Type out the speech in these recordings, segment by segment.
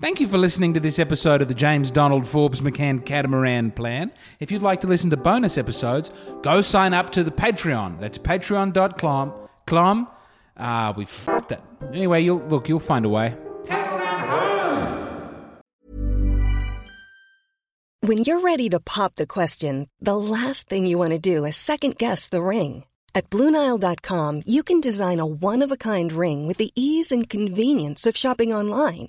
Thank you for listening to this episode of the James Donald Forbes McCann Catamaran Plan. If you'd like to listen to bonus episodes, go sign up to the Patreon. That's patreon.com. Clom. Ah, we f***ed that. Anyway, you'll look, you'll find a way. When you're ready to pop the question, the last thing you want to do is second guess the ring. At Bluenile.com, you can design a one of a kind ring with the ease and convenience of shopping online.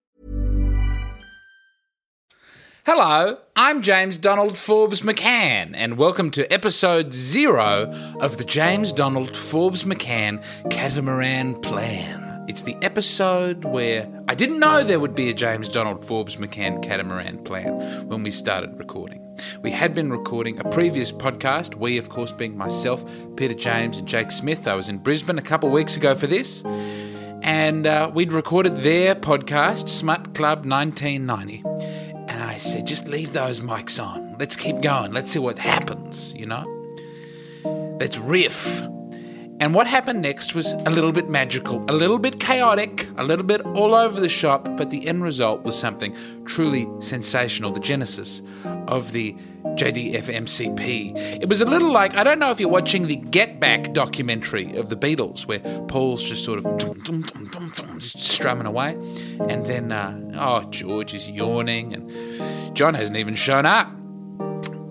Hello, I'm James Donald Forbes McCann, and welcome to episode zero of the James Donald Forbes McCann Catamaran Plan. It's the episode where I didn't know there would be a James Donald Forbes McCann Catamaran Plan when we started recording. We had been recording a previous podcast, we, of course, being myself, Peter James, and Jake Smith. I was in Brisbane a couple weeks ago for this, and uh, we'd recorded their podcast, Smut Club 1990. And I said, just leave those mics on. Let's keep going. Let's see what happens, you know? Let's riff. And what happened next was a little bit magical, a little bit chaotic, a little bit all over the shop, but the end result was something truly sensational the genesis of the JDFMCP. It was a little like I don't know if you're watching the Get Back documentary of the Beatles, where Paul's just sort of dum, dum, dum, dum, dum, just strumming away, and then, uh, oh, George is yawning, and John hasn't even shown up.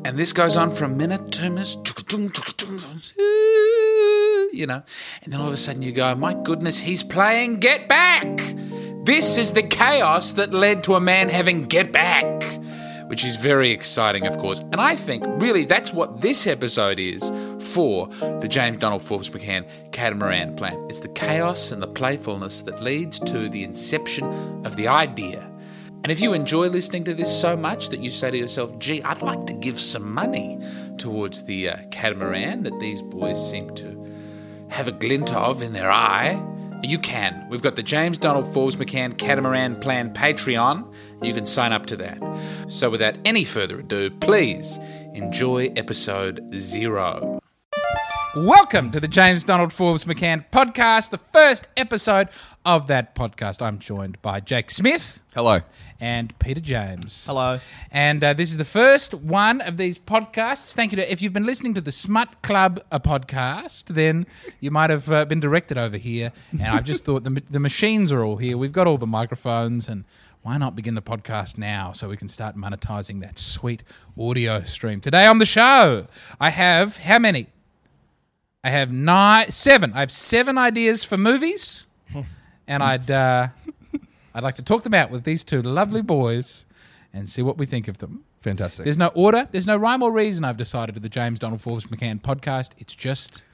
And this goes on for a minute, two minutes, you know. And then all of a sudden you go, my goodness, he's playing Get Back. This is the chaos that led to a man having Get Back, which is very exciting, of course. And I think really that's what this episode is for the James Donald Forbes McCann catamaran plan. It's the chaos and the playfulness that leads to the inception of the idea. And if you enjoy listening to this so much that you say to yourself, gee, I'd like to give some money towards the uh, catamaran that these boys seem to have a glint of in their eye, you can. We've got the James Donald Forbes McCann Catamaran Plan Patreon. You can sign up to that. So without any further ado, please enjoy episode zero. Welcome to the James Donald Forbes McCann podcast, the first episode of that podcast. I'm joined by Jake Smith Hello. and Peter James. Hello. And uh, this is the first one of these podcasts. Thank you to if you've been listening to the Smut Club a podcast, then you might have uh, been directed over here. And I've just thought the the machines are all here. We've got all the microphones and. Why not begin the podcast now so we can start monetizing that sweet audio stream? Today on the show, I have how many? I have nine, seven. I have seven ideas for movies, and I'd uh, I'd like to talk them out with these two lovely boys and see what we think of them. Fantastic. There's no order. There's no rhyme or reason. I've decided to the James Donald Forbes McCann podcast. It's just,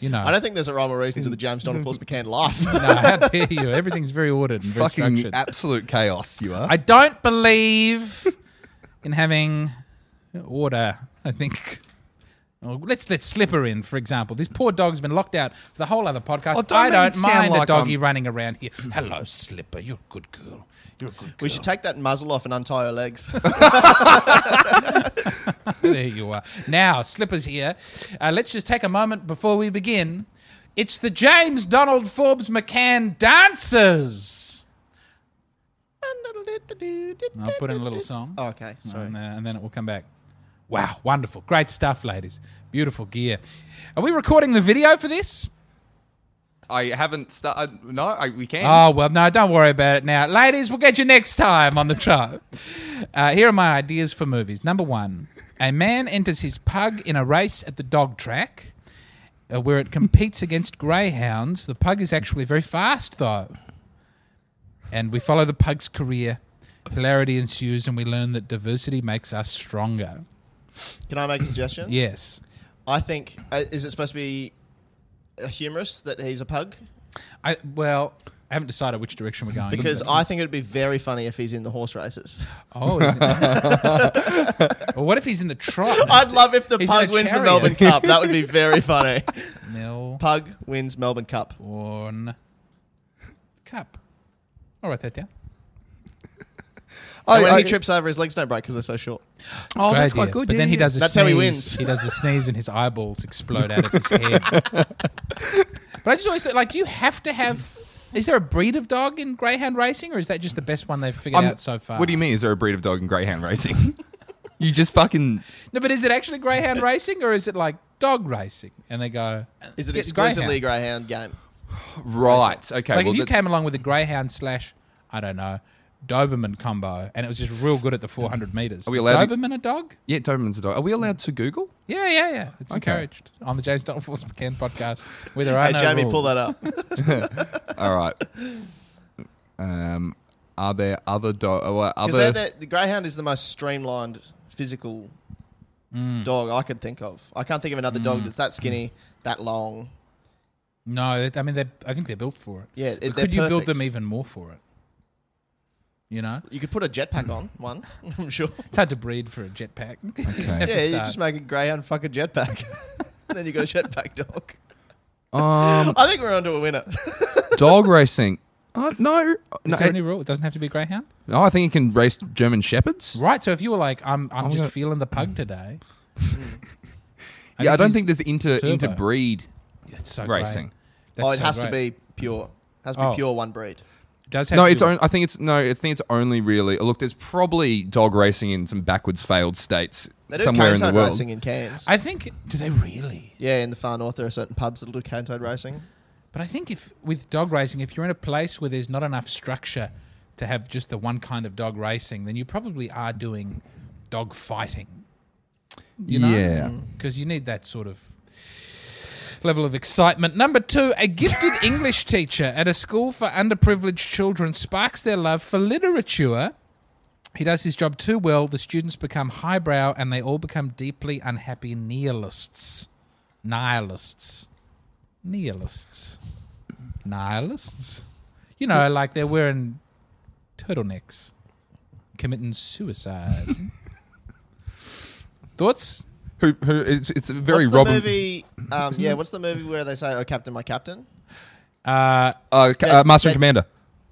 you know, I don't think there's a rhyme or reason to the James Donald Force McCann life. no, how dare you? Everything's very ordered and very fucking structured. absolute chaos you are. I don't believe in having order. I think. Oh, Let's let's slip her in. For example, this poor dog's been locked out for the whole other podcast. Oh, don't I make it don't sound mind a like doggy I'm- running around here. Hello, Slipper. You're a good girl. You're a good girl. we should take that muzzle off and untie her legs. there you are. Now, Slipper's here. Uh, let's just take a moment before we begin. It's the James Donald Forbes McCann Dancers. I'll put in a little song. Oh, okay, sorry. And then, and then it will come back. Wow, wonderful. Great stuff, ladies. Beautiful gear. Are we recording the video for this? I haven't started. No, I, we can. Oh, well, no, don't worry about it now. Ladies, we'll get you next time on the show. Uh, here are my ideas for movies. Number one a man enters his pug in a race at the dog track uh, where it competes against greyhounds. The pug is actually very fast, though. And we follow the pug's career. Hilarity ensues, and we learn that diversity makes us stronger. Can I make a suggestion? Yes. I think uh, is it supposed to be a humorous that he's a pug? Mm. I Well, I haven't decided which direction we're going. Because I think it would be very funny if he's in the horse races. Oh, he's in the- well, what if he's in the trot? I'd love if the He's in pug a wins the chariot. Melbourne Cup. That would be very funny. Mill Pug wins Melbourne Cup. Born Cup. I'll write that down. Oh, and when I- he trips over, his legs don't break because they're so short. oh, Great that's idea. quite good. But yeah, then he yeah. does a That's sneeze. how he wins. He does a sneeze and his eyeballs explode out of his head. but I just always thought, like, do you have to have? Is there a breed of dog in greyhound racing, or is that just the best one they've figured Um, I'm- out so far? What do you mean? Is there a breed of dog in greyhound racing? you just fucking. No, but is it actually greyhound racing, or is it like dog racing? And they go, Is it "Get exclusively a greyhound game? Right. Okay. Like well, if you that- came along with a greyhound slash, I don't know, Doberman combo, and it was just real good at the 400 meters. Are we Is allowed to- Doberman a dog? yeah, Doberman's a dog. Are we allowed to Google? Yeah, yeah, yeah. It's Okay. encouraged on the James Donald Force McCann podcast, where there are Hey, no Jamie, pull rules. that up. All right. Um, are there other dog? Uh, other Because the, the greyhound is the most streamlined physical Mm. dog I could think of. I can't think of another dog that's that skinny, that long. No, that- I mean, they're, I think they're built for it. Yeah, it- But they're could you build perfect. them even more for it? You know, You could put a jetpack on one, I'm sure. it's hard to breed for a jetpack. You just have to yeah, you start. just make a greyhound fuck a jetpack. then you got a jetpack dog. um, I think we're onto a winner. dog racing? Uh, no, no, Is there it- any rule? It doesn't have to be a greyhound, no. I think you can race German shepherds. right? So if you were like, I'm, I'm I'm just gonna- feeling the pug today. yeah, I don't he's think there's inter turbo. interbreed. It's so racing. Great. oh, That's it so has to great. be pure. Has to be Oh. pure one breed. Does have No, to it's be- on, I think it's no. I think it's only really look. There's probably dog racing in some backwards failed states They do somewhere in cane the toad world. racing in Cairns. I think. Do they really? yeah, in the far north there are certain pubs that'll do cane toad racing. But I think if with dog racing, if you're in a place where there's not enough structure to have just the one kind of dog racing, then you probably are doing dog fighting. You know? Mm. Yeah. Because you need that sort of level of excitement. Number two, a gifted English teacher at a school for underprivileged children sparks their love for literature. He does his job too well, the students become highbrow and they all become deeply unhappy nihilists. Nihilists. Nihilists. Nihilists. You know, like they're wearing turtlenecks, committing suicide. Thoughts? Who, who? It's, it's a very what's Robin. the movie? Um, yeah, what's the movie where they say, "Oh, Captain, my Captain"? Uh, Uh, ca- uh, Dead- Master Dead- and Commander.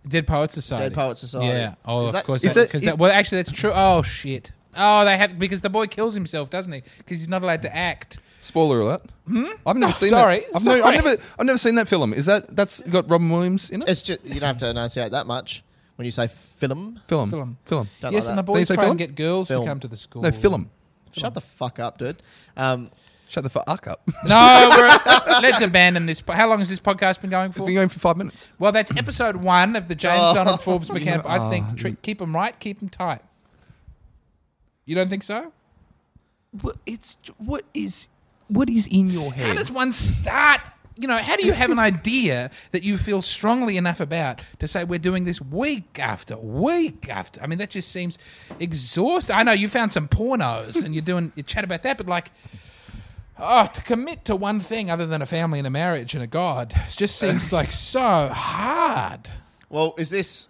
Dead Poet Society. Dead Poets Society. Yeah. Oh, Is of that- course. is that- it- 'cause it- that- well, actually, that's true. Oh shit. Oh, they had because the boy kills himself, doesn't he? Because he's not allowed to act. Spoiler alert. Hmm? I've Oh, never seen. sorry, That. I've, sorry. No, I've never. I've never seen that film. Is that that's got Robin Williams in it? It's just you don't have to enunciate that much when you say film. film. Film. Film. Don't yes, like and the that. boys They say try and film? get girls Film. to come to the school. No, film. Shut the fuck up, dude. Um, Shut the fuck up. it's No, we're, let's abandon this. po- How long has this podcast been going for? been going for five minutes. well, that's episode one of the James Oh. Donald Forbes McCann. I think tri- keep them right, keep them tight. You don't think so? Well, it's what is what is in your How head? does one start? You know, how do you have an idea that you feel strongly enough about to say we're doing this week after week after? I mean, that just seems exhausting. I know you found some pornos and you're doing you chat about that, but like, oh, to commit to one thing other than a family and a marriage and a god it just seems like so hard. well, is this?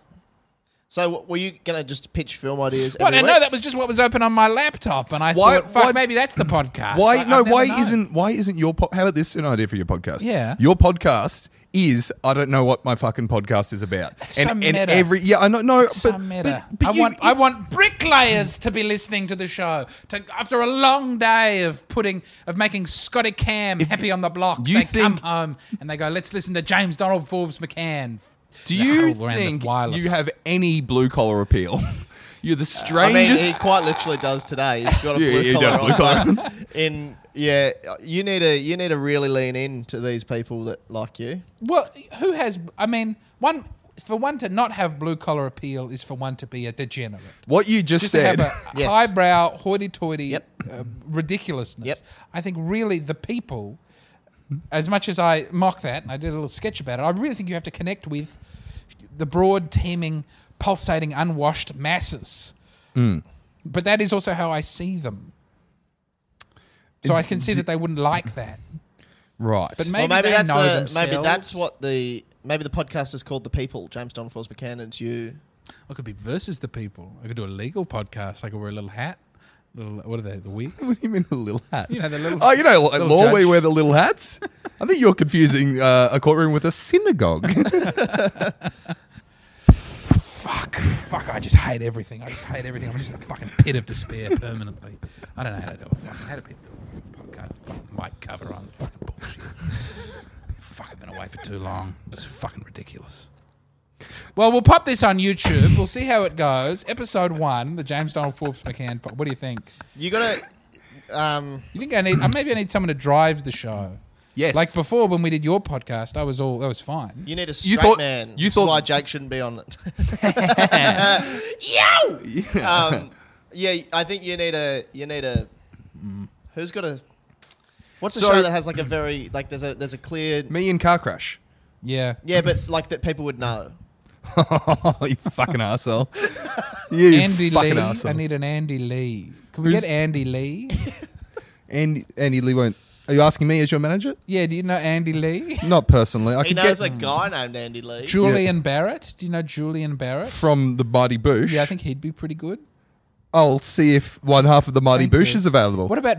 So, w- were you gonna just pitch film ideas? Well, I every know week? that was just what was open on my laptop, and I Why- thought, fuck, why- maybe that's the podcast. Why I- I've no? never Why known. isn't why isn't your po- how about this an idea for your podcast? Yeah. your podcast is I don't know what my fucking podcast is about. That's so meta. every yeah, I know no, but, so but- meta. but I you- want I want bricklayers to be listening to the show. To, after a long day of putting of making Scotty Cam happy on the block, they you come think- home and they go, "Let's listen to James Donald Forbes McCann." Do The you whole round of think wireless. Uh, you have any blue collar appeal? You're the I mean, he strangest. quite literally does today. He's got a Yeah, blue he collar does on. blue collar. but In yeah, you need to you need to really lean in to these people that like you. Well, who has? I mean, one for one to not have blue collar appeal is for one to be a degenerate. what you just, Just to said. have a Yes. highbrow, hoity-toity Yep. uh, ridiculousness. Yep. I think really the people, as much as I mock that, and I did a little sketch about it, I really think you have to connect with the broad, teeming, pulsating, unwashed masses. But that is also how I see them. So I can see that they wouldn't like that. right. But maybe, well, maybe they that's know a- themselves. maybe that's what the maybe the podcast is called. The people, James Don Forbes McCann, and it's you. I could be versus the people. I could do a legal podcast. I could wear a little hat. Little, what are they? The wigs? what do you mean the little hat? You know, the little- oh, you know, at little law we judge. wear the little hats. I think you're confusing uh, a courtroom with a synagogue. fuck, fuck. I just hate everything. I just hate everything. I'm just in a fucking pit of despair permanently. I don't know how to do a fucking how do people do a fucking podcast with a mic cover on fucking bullshit. fuck, I've been away for too long. It's fucking ridiculous. Well, we'll pop this on YouTube. We'll see how it goes. Episode one, the James Donald Forbes McCann. po- What do you think? You gotta. Um, You think I need? uh, Maybe I need someone to drive the show. Yes. Like before, when we did your podcast, I was all that was fine. you need a straight You thought- man. you That's why thought- Jake shouldn't be on it. Yo. Um, yeah, I think you need a you need a. Who's got a? What's a So- show that has like a very like there's a there's a clear Me and car crash. Yeah. yeah, but it's like that people would know. oh, you fucking asshole. You Andy fucking Lee. asshole. I need an Andy Lee. Can we Who's- get Andy Lee? Andy, Andy Lee won't. Are you asking me as your manager? yeah. Do you know Andy Lee? Not personally. I He could knows get a guy named Andy Lee. Julian Barrett. Do you know Julian Barrett? from the Mighty Boosh. yeah, I think he'd be pretty good. I'll see if one half of the Mighty Thank Boosh you. is available. What about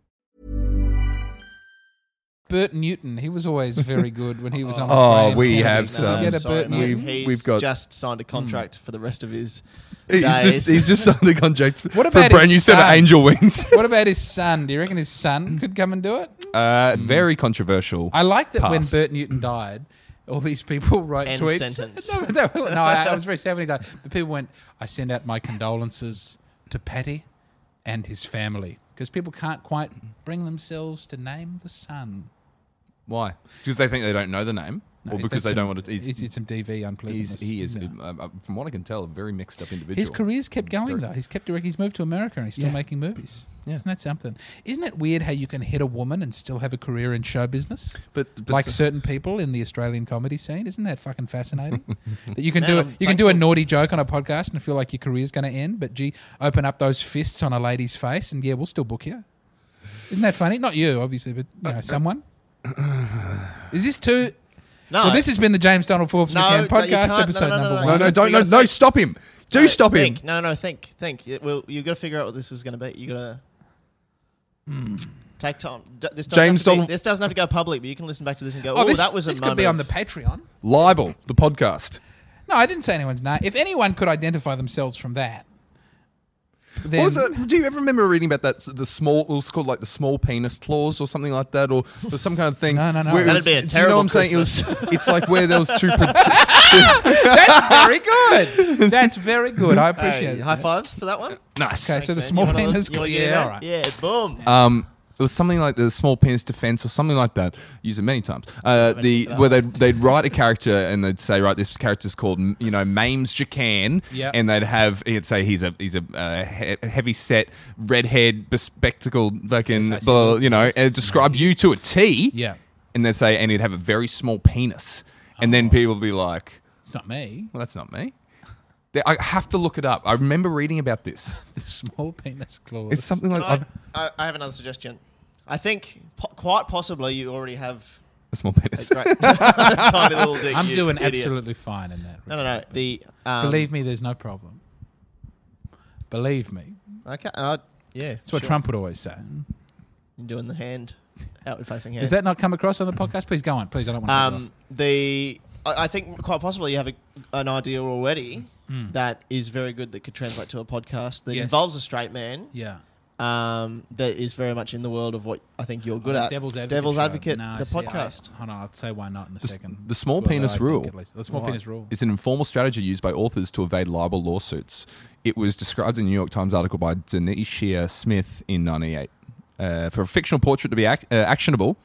Bert Newton? He was always very good when he was on. the Oh, Graham we Kennedy. have Can some. we Get a Sorry, Bert mate. Newton. He's We've got- just signed a contract Hmm. for the rest of his He's days. just he's just signed a contract What for a about brand his new set of son? angel wings. what about his son? Do you reckon his son could come and do it? Uh, very controversial. I like that Passed. when Bert Newton died, all these people wrote End tweets. sentence. no, but they were- no, I, I was very sad when he died. But people went, I send out my condolences to Patty and his family because people can't quite bring themselves to name the son. Why? Because they think they don't know the name, No, or because that's they some- don't want to. It's, He's, it's some DV unpleasantness. he's, he is, Yeah. um, uh, from what I can tell, a very mixed up individual. His career's kept going Very- though. He's kept directing. He's moved to America and he's still Yeah. making movies. Yeah. Isn't that something? Isn't it weird how you can hit a woman and still have a career in show business? But- but like so- certain people in the Australian comedy scene, isn't that fucking fascinating? that you can Man, do a, I'm you can do a naughty joke on a podcast and feel like your career's going to end, but gee, open up those fists on a lady's face and yeah, we'll still book you. Isn't that funny? Not you, obviously, but you know, someone. Is this too? no, Well, this has been the James Donald Forbes No, McCann don't- you podcast can't. No, episode no, no, number one. no, No, no, We don't, no, gotta no, think. stop him! Do stop him! think. No, no, think, think. It will, you've got to figure out what this is going to be. You got to take time. D- this doesn't James have to be- Donald- This doesn't have to go public, but you can listen back to this and go, Oh, "Oh, this, that was a this moment could be on the of- Patreon. Libel the podcast. No, I didn't say anyone's name. If anyone could identify themselves from that, what was it? Do you ever remember reading about that? The small, it was called like the small penis clause or something like that, or there's some kind of thing. No, no, no. That'd be a you know terrible what I'm saying? It was, it's like where there was two. pro- That's very good. That's very good. I appreciate it. Hey, high fives for that one. Nice. Thanks, so the man. small You wanna- penis you wanna got- do yeah, that? all right. Yeah, boom. Um, it was something like the small penis defense or something like that. Use it many times. Uh, the where they'd, they'd write a character and they'd say, right, this character's called you know Mames Jacan, Yep. and they'd have it'd say he's a he's a uh, he- heavy set redhead bespectacled fucking blah, you know, and it'd describe you to a T, Yeah. and they'd say and he'd have a very small penis, and then people would be like, It's not me. well, that's not me. They- I have to look it up. I remember reading about this. The small penis clause. It's something like I, I've, I, I have another suggestion. I think po- quite possibly you already have a small a penis. great tiny little dick. I'm you doing idiot. absolutely fine in that. No, no, no. The um, Believe me, there's no problem. Believe me. Okay. Uh, yeah. That's what sure. Trump would always say. I'm doing the hand, outward facing hand. Does that not come across on the podcast? Please go on. Please, I don't want to. cut it Um, the I, I think quite possibly you have a, an idea already that is very good that could translate to a podcast that Hmm. Yes. involves a straight man. off. yeah. Um, that is very much in the world of what I think you're good The at. Oh, Devil's Advocate. uh, Devil's show. Advocate, No, the see, I- podcast. Hold on, I'll say why not in a The s- second. the small Although I penis think rule. at least- The small Why? penis rule. It's an informal strategy used by authors to evade libel lawsuits. It was described in a New York Times article by Denisha Smith in 98. Uh, for a fictional portrait to be ac- uh, actionable,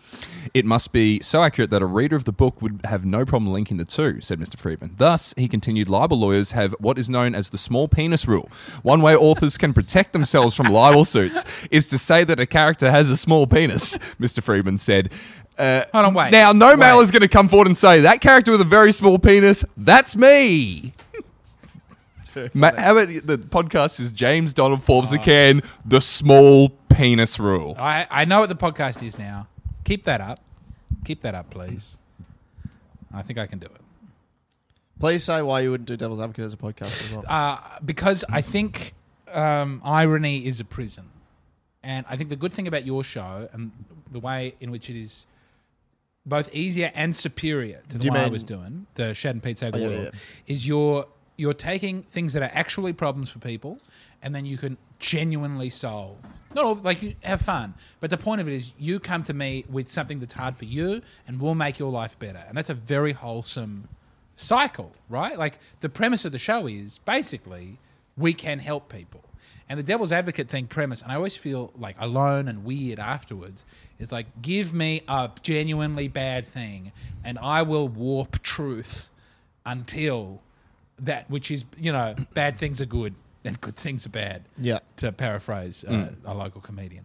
it must be so accurate that a reader of the book would have no problem linking the two, said Mr. Friedman. Thus, he continued, libel lawyers have what is known as the small penis rule. One way authors can protect themselves from libel suits is to say that a character has a small penis, Mr. Friedman said. Uh, Hold on, wait. now, no male is going to come forward and say that character with a very small penis. That's me. Ma- how about the podcast is James Donald Forbes Oh. again? The small penis rule. I, I know what the podcast is now. Keep that up. Keep that up, please. I think I can do it. Please say why you wouldn't do Devil's Advocate as a podcast as well. Uh, because I think um, irony is a prison. And I think the good thing about your show and the way in which it is both easier and superior to the you one I mean- was doing, the Shad and Pete Save the Oh, yeah, World, yeah, is you're you're taking things that are actually problems for people, and then you can genuinely solve. Not all, like you have fun, but the point of it is you come to me with something that's hard for you, and we'll make your life better, and that's a very wholesome cycle, right? Like the premise of the show is basically we can help people. And the devil's advocate thing premise, and I always feel like alone and weird afterwards, is like, give me a genuinely bad thing, and I will warp truth until that which is, you know, bad things are good and good things are bad. Yeah. To paraphrase uh, a local comedian.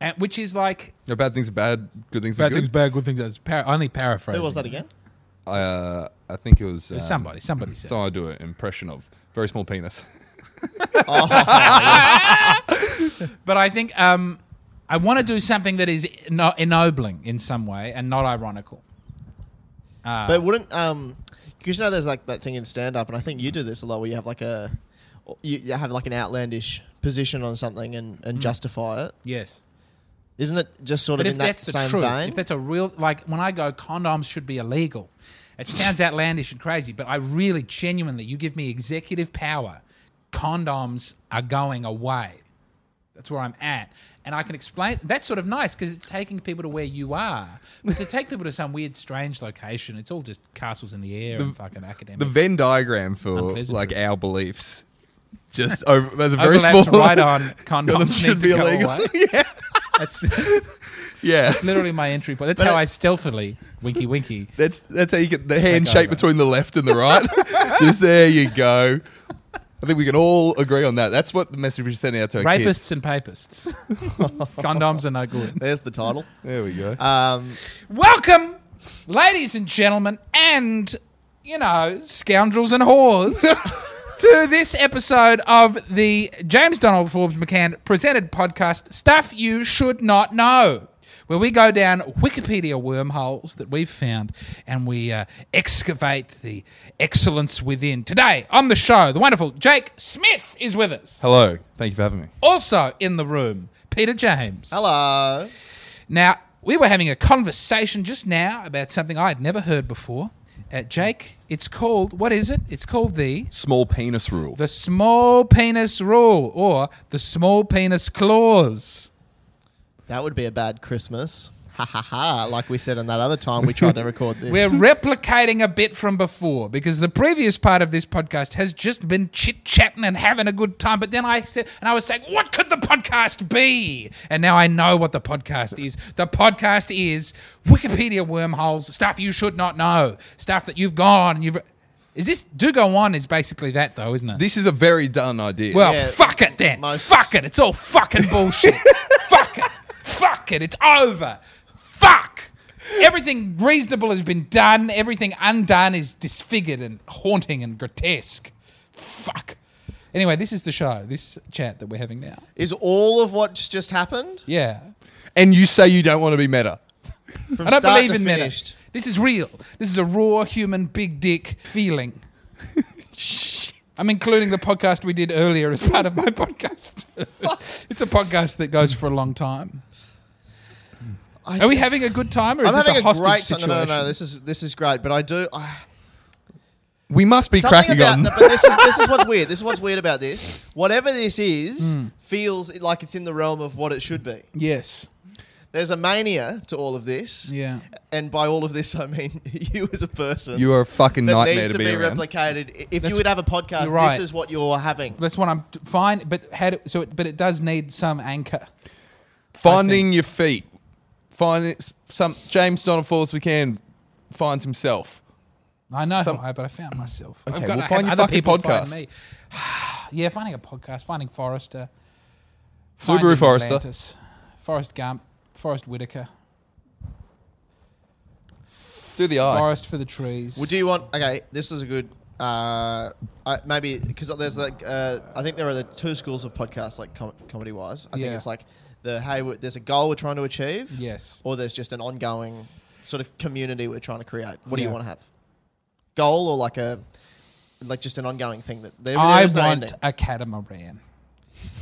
And, which is like, No bad things are bad, good things bad are things good. bad, good things are par- only paraphrasing. Who was that it. again? Uh, I think it was, was somebody, somebody said So I do an impression of very small penis. Oh, But I think um, I want to do something that is no- ennobling in some way and not ironical. But wouldn't um, because you know there's like that thing in stand up, and I think you do this a lot where you have like a you, you have like an outlandish position on something and, Hmm. and justify it. Yes. Isn't it just sort But of if in that that's the same truth, vein? if that's a real, like when I go, condoms should be illegal. It sounds outlandish and crazy, but I really genuinely, you give me executive power. Condoms are going away. That's where I'm at. And I can explain that's sort of nice because it's taking people to where you are. But to take people to some weird, strange location, it's all just castles in the air and fucking academic. The Venn diagram for Unpleasant like truths. our beliefs. Just over, there's a very small Overlaps right on condoms need should to be go illegal. away. yeah, That's yeah. literally my entry point. That's But how it- I stealthily winky winky. That's that's how you get the I handshake know. between the left and the right. Just there you go. I think we can all agree on that. That's what the message we should send out to our Rapists kids. and papists. Condoms are no good. there's the title. There we go. Um, Welcome, ladies and gentlemen, and you know, scoundrels and whores, to this episode of the James Donald Forbes McCann presented podcast Stuff You Should Not Know. Where we go down Wikipedia wormholes that we've found and we uh, excavate the excellence within. Today on the show, the wonderful Jake Smith is with us. Hello. Thank you for having me. Also in the room, Peter James. hello. Now, we were having a conversation just now about something I had never heard before, Uh, Jake, it's called, what is it? It's called the Small penis rule. the small penis rule or the small penis clause. That would be a bad Christmas. Ha ha ha. Like we said on that other time we tried to record this. We're replicating a bit from before because the previous part of this podcast has just been chit chatting and having a good time. But then I said, and I was saying, what could the podcast be? And now I know what the podcast is. The podcast is Wikipedia wormholes, stuff you should not know, stuff that you've gone and you've. Is this do go on? Is basically that though, isn't it? This is a very done idea. Well, fuck it then. Fuck it. It's all fucking bullshit. fuck it. Fuck it. It's over. Fuck. Everything reasonable has been done. Everything undone is disfigured and haunting and grotesque. Fuck. Anyway, this is the show, this chat that we're having now. Is all of what's just happened? Yeah. and you say you don't want to be meta. From I don't start believe to in finished. meta. This is real. This is a raw human big dick feeling. I'm including the podcast we did earlier as part of my podcast. it's a podcast that goes for a long time. I Are we do- having a good time or is I'm this having a hostage great time. situation? No, no, no, This is this is great, but I do. I, We must be something cracking about on. the- but this is this is what's weird. This is what's weird about this. Whatever this is, Hmm. feels like it's in the realm of what it should be. Yes. There's a mania to all of this. Yeah. And by all of this, I mean you as a person. you are a fucking that nightmare needs to be, around. replicated. I- If That's- you would have a podcast, you're right. this is what you're having. That's what I'm fine, but had it, so it, but it does need some anchor. Finding your feet. Finding some James Donald Falls we can finds himself. I know, Some- why, but I found myself. Okay, I've got well, to find have your other fucking people find podcast. me. yeah, finding a podcast, finding Forrester, finding Subaru Forester. Atlantis, Forrest Gump, Forrest Whitaker, Do the eye. Forest for the trees. Would you want? Okay, this is a good. Uh, I, maybe because there's like uh, I think there are the two schools of podcasts like com- comedy wise. I Yeah. think it's like the hey, we- there's a goal we're trying to achieve. Yes. Or there's just an ongoing sort of community we're trying to create. What do Yeah. you want to have? Goal or like a like just an ongoing thing that there, there I is no want ending. a catamaran.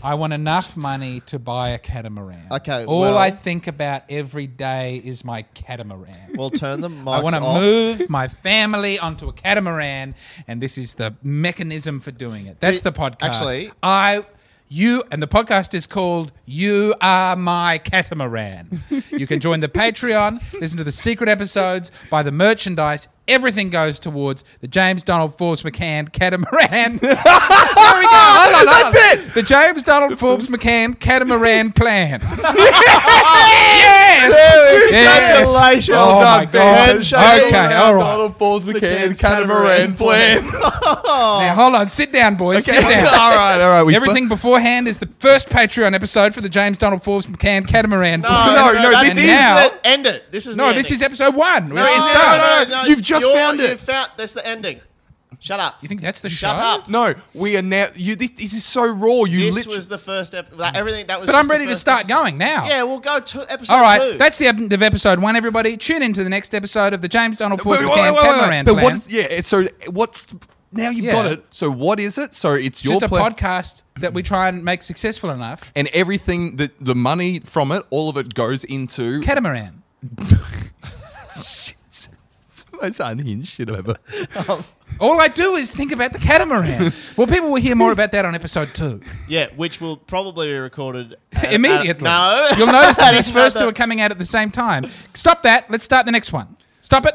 I want enough money to buy a catamaran. Okay, All well- I think about every day is my catamaran. We'll turn the mics I want to off. move my family onto a catamaran, and this is the mechanism for doing it. That's Do- the podcast. actually- I, you, and the podcast is called "You Are My Catamaran." you can join the Patreon, listen to the secret episodes, buy the merchandise. Everything goes towards the James Donald Forbes McCann catamaran. there we go. Hold on, hold on. That's it. The James Donald Forbes McCann catamaran plan. yes. Yes. Congratulations. Oh my Done, Ben. god. Handshake. Okay. All right. Donald Falls we can McCann's catamaran catamaran plan. Now hold on, sit down, boys. Sit down. all right, all right. We Everything beforehand is the first Patreon episode for the James Donald Forbes McCann Catamaran. No, Plan. no, no, no, this And this is now, it. End it. This is no. the This ending. is episode one. We're- No, it's done. no, no. You've just you're- found it. You found that's the ending. Shut up. You think that's the Shut show? up. No, we are now. You, this, this is so raw. You This literally. was the first episode. Like, everything that was. But just I'm the ready to first start episode. going now. Yeah, we'll go to episode All right, two. that's the end of episode one. Everybody, tune into the next episode of the James Donald Forbes Wait, wait, wait, McCann wait, wait. Catamaran But Plan. what is? Yeah. So what's now? You've Yeah. got it. So what is it? So it's, it's your just a plan- podcast that we try and make successful enough. and everything that the money from it, all of it goes into. Catamaran. It's the most unhinged shit I've ever. Oh. All I do is think about the catamaran. well, people will hear more about that on episode two. Yeah, which will probably be recorded at- immediately. at- no, You'll notice that these That's first not two are the- coming out at the same time. Stop that. Let's start the next one. Stop it.